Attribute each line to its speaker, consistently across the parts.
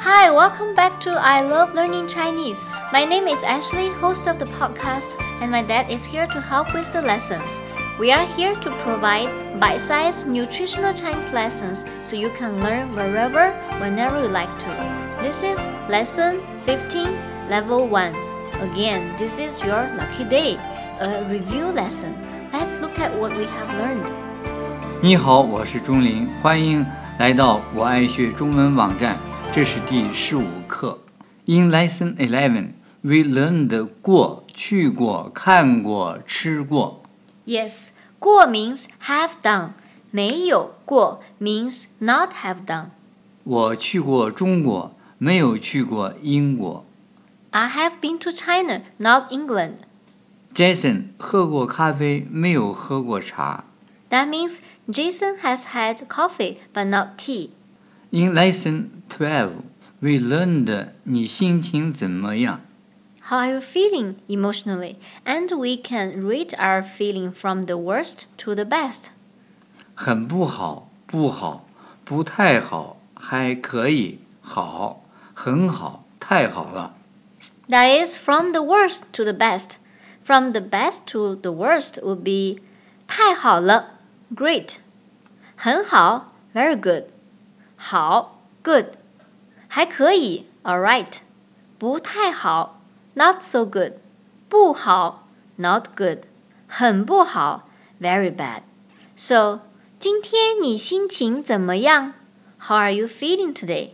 Speaker 1: Hi, welcome back to I Love Learning Chinese. My name is Ashley, host of the podcast, and my dad is here to help with the lessons. We are here to provide bite sized nutritional Chinese lessons so you can learn wherever, whenever you like to. This is lesson 15, level 1. Again, this is your lucky day, a review lesson. Let's look at what we have learned.
Speaker 2: 你好，我是钟林，欢迎来到我爱学中文网站。这是第十五课。In lesson eleven, we learned 过、去过、看过、吃过。
Speaker 1: Yes, 过 means have done. 没有过 means not have done.
Speaker 2: 我去过中国，没有去过英国。
Speaker 1: I have been to China, not England.
Speaker 2: Jason 喝过咖啡，没有喝过茶。
Speaker 1: That means Jason has had coffee but not tea.
Speaker 2: In lesson twelve, we learned 你心情怎么样。
Speaker 1: How are you feeling emotionally? And we can rate our feeling from the worst to the best.
Speaker 2: 很不好，不好，不太好，还可以，好，很好，太好了。
Speaker 1: That is from the worst to the best. From the best to the worst would be 太好了 great. 很好 very good. 好 good. 还可以 all right. 不太好 not so good. 不好 not good. 很不好 very bad. So 今天你心情怎么样？How are you feeling today?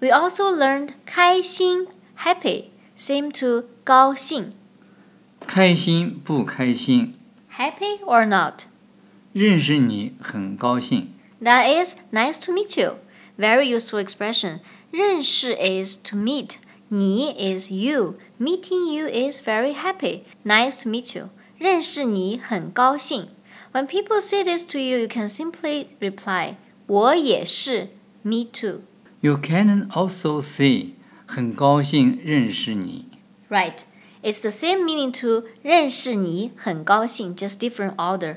Speaker 1: We also learned 开心 happy same to 高兴
Speaker 2: 开心不开心？
Speaker 1: happy or not.
Speaker 2: 认识你很高兴。
Speaker 1: That is nice to meet you. Very useful expression. 认识 is to meet. 你 is you. Meeting you is very happy. Nice to meet you. 认识你很高兴. When people say this to you, you can simply reply 我也是 me too.
Speaker 2: You can also say 很高兴认识你。
Speaker 1: Right. It's the same meaning to 认识你很高兴, just different order.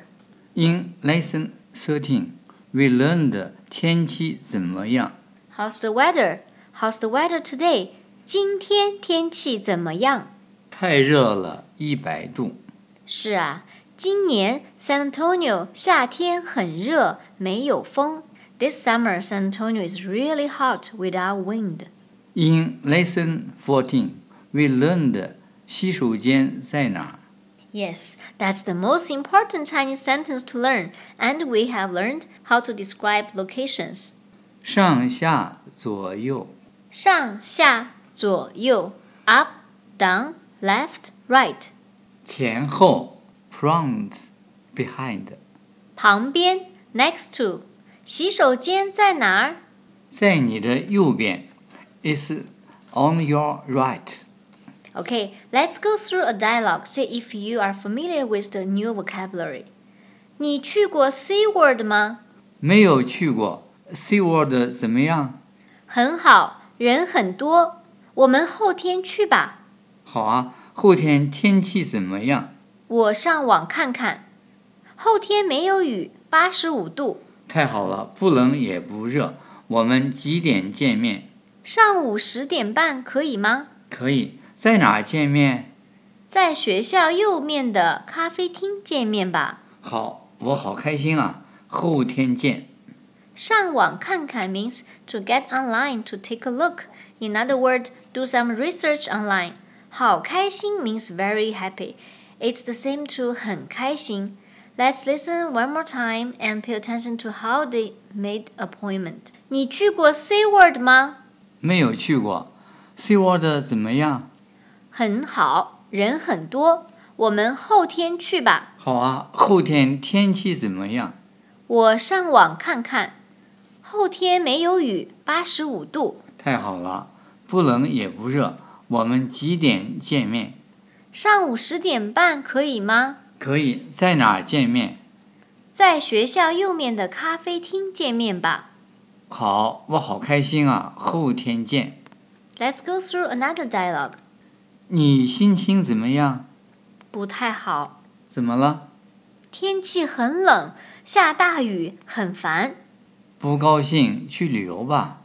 Speaker 2: In lesson thirteen, we learned 天气怎么样。
Speaker 1: How's the weather? How's the weather today? 今天天气怎么样？
Speaker 2: 太热了，一百度。
Speaker 1: 是啊，今年 San Antonio 夏天很热，没有风。This summer San Antonio is really hot without wind.
Speaker 2: In lesson fourteen, we learned 洗手间在哪儿。
Speaker 1: Yes, that's the most important Chinese sentence to learn, and we have learned how to describe locations.
Speaker 2: 上下左右。
Speaker 1: 上下左右 up, down, left, right.
Speaker 2: 前后 front behind
Speaker 1: 旁边 next to. 洗手间在哪儿？
Speaker 2: 在你的右边，is on your right。
Speaker 1: Okay, let's go through a dialogue. See if you are familiar with the new vocabulary. 你去过 SeaWorld 吗？
Speaker 2: 没有去过 Sea World 怎么样？
Speaker 1: 很好，人很多。我们后天去吧。
Speaker 2: 好啊，后天天气怎么样？
Speaker 1: 我上网看看。后天没有雨，八十五度。
Speaker 2: 太好了，不冷也不热。我们几点见面？
Speaker 1: 上午十点半可以吗？
Speaker 2: 可以在哪儿见面？
Speaker 1: 在学校右面的咖啡厅见面吧。
Speaker 2: 好，我好开心啊！后天见。
Speaker 1: 上网看看 means to get online to take a look. In other words, do some research online. 好开心 means very happy. It's the same to 很开心. Let's listen one more time and pay attention to how they made appointment. 你去过 SeaWorld 吗？
Speaker 2: 没有去过 Sea World 怎么样？
Speaker 1: 很好，人很多。我们后天去吧。
Speaker 2: 好啊，后天天气怎么样？
Speaker 1: 我上网看看。后天没有雨，八十五度。
Speaker 2: 太好了，不冷也不热。我们几点见面？
Speaker 1: 上午十点半可以吗？
Speaker 2: 可以在哪儿见面？
Speaker 1: 在学校右面的咖啡厅见面吧。
Speaker 2: 好，我好开心啊！后天见。
Speaker 1: Let's go through another dialogue.
Speaker 2: 你心情怎么样？
Speaker 1: 不太好，
Speaker 2: 怎么了？
Speaker 1: 天气很冷，下大雨，很烦。
Speaker 2: 不高兴？去旅游吧。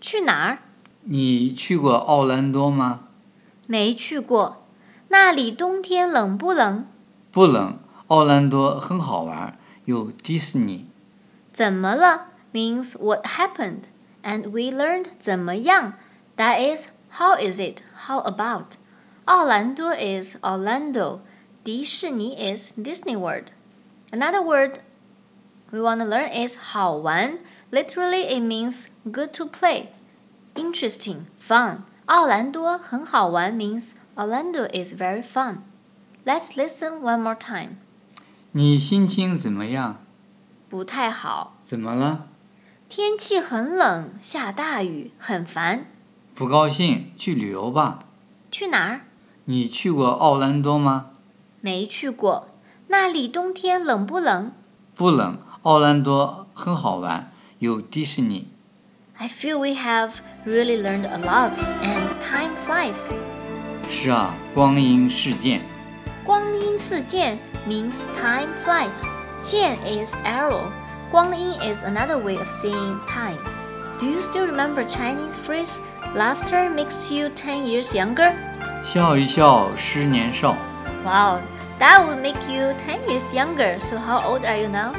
Speaker 1: 去哪儿？
Speaker 2: 你去过奥兰多吗？
Speaker 1: 没去过，那里冬天冷不冷？
Speaker 2: 不冷，奥兰多很好玩，有迪士尼。
Speaker 1: 怎么了 means what happened, and we learned 怎么样 that is how is it, how about. 奥兰多 is Orlando, 迪士尼 is Disney World. Another word we want to learn is 好玩. Literally, it means good to play, interesting, fun. 奥兰多很好玩 means Orlando is very fun. Let's listen one more time.
Speaker 2: 你心情怎么样？
Speaker 1: 不太好，
Speaker 2: 怎么了？
Speaker 1: 天气很冷，下大雨，很烦。
Speaker 2: 不高兴？去旅游吧。
Speaker 1: 去哪儿？
Speaker 2: 你去过奥兰多吗？
Speaker 1: 没去过。那里冬天冷不冷
Speaker 2: 不冷，奥兰多很好玩，有迪士尼。
Speaker 1: ？I feel we have really learned a lot, and time flies.
Speaker 2: 是啊，光阴似箭。
Speaker 1: 光阴似箭 means time flies. 箭 is arrow. 光阴 is another way of saying time. Do you still remember Chinese phrase "laughter makes you ten years younger"?
Speaker 2: 笑一笑，十年少。
Speaker 1: Wow, that would make you ten years younger. So how old are you now?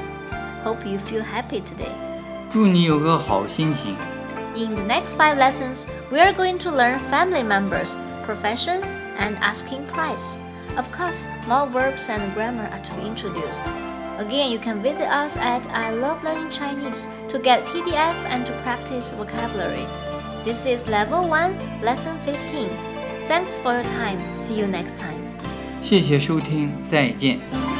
Speaker 1: Hope you feel happy today.
Speaker 2: 祝你有个好心情。
Speaker 1: In the next five lessons, we are going to learn family members, profession, and asking price. Of course, more verbs and grammar are to be introduced. Again, you can visit us at I Love Learning Chinese to get PDF and to practice vocabulary. This is Level 1, Lesson 15. Thanks for your time. See you next time.
Speaker 2: 谢谢收听，再见。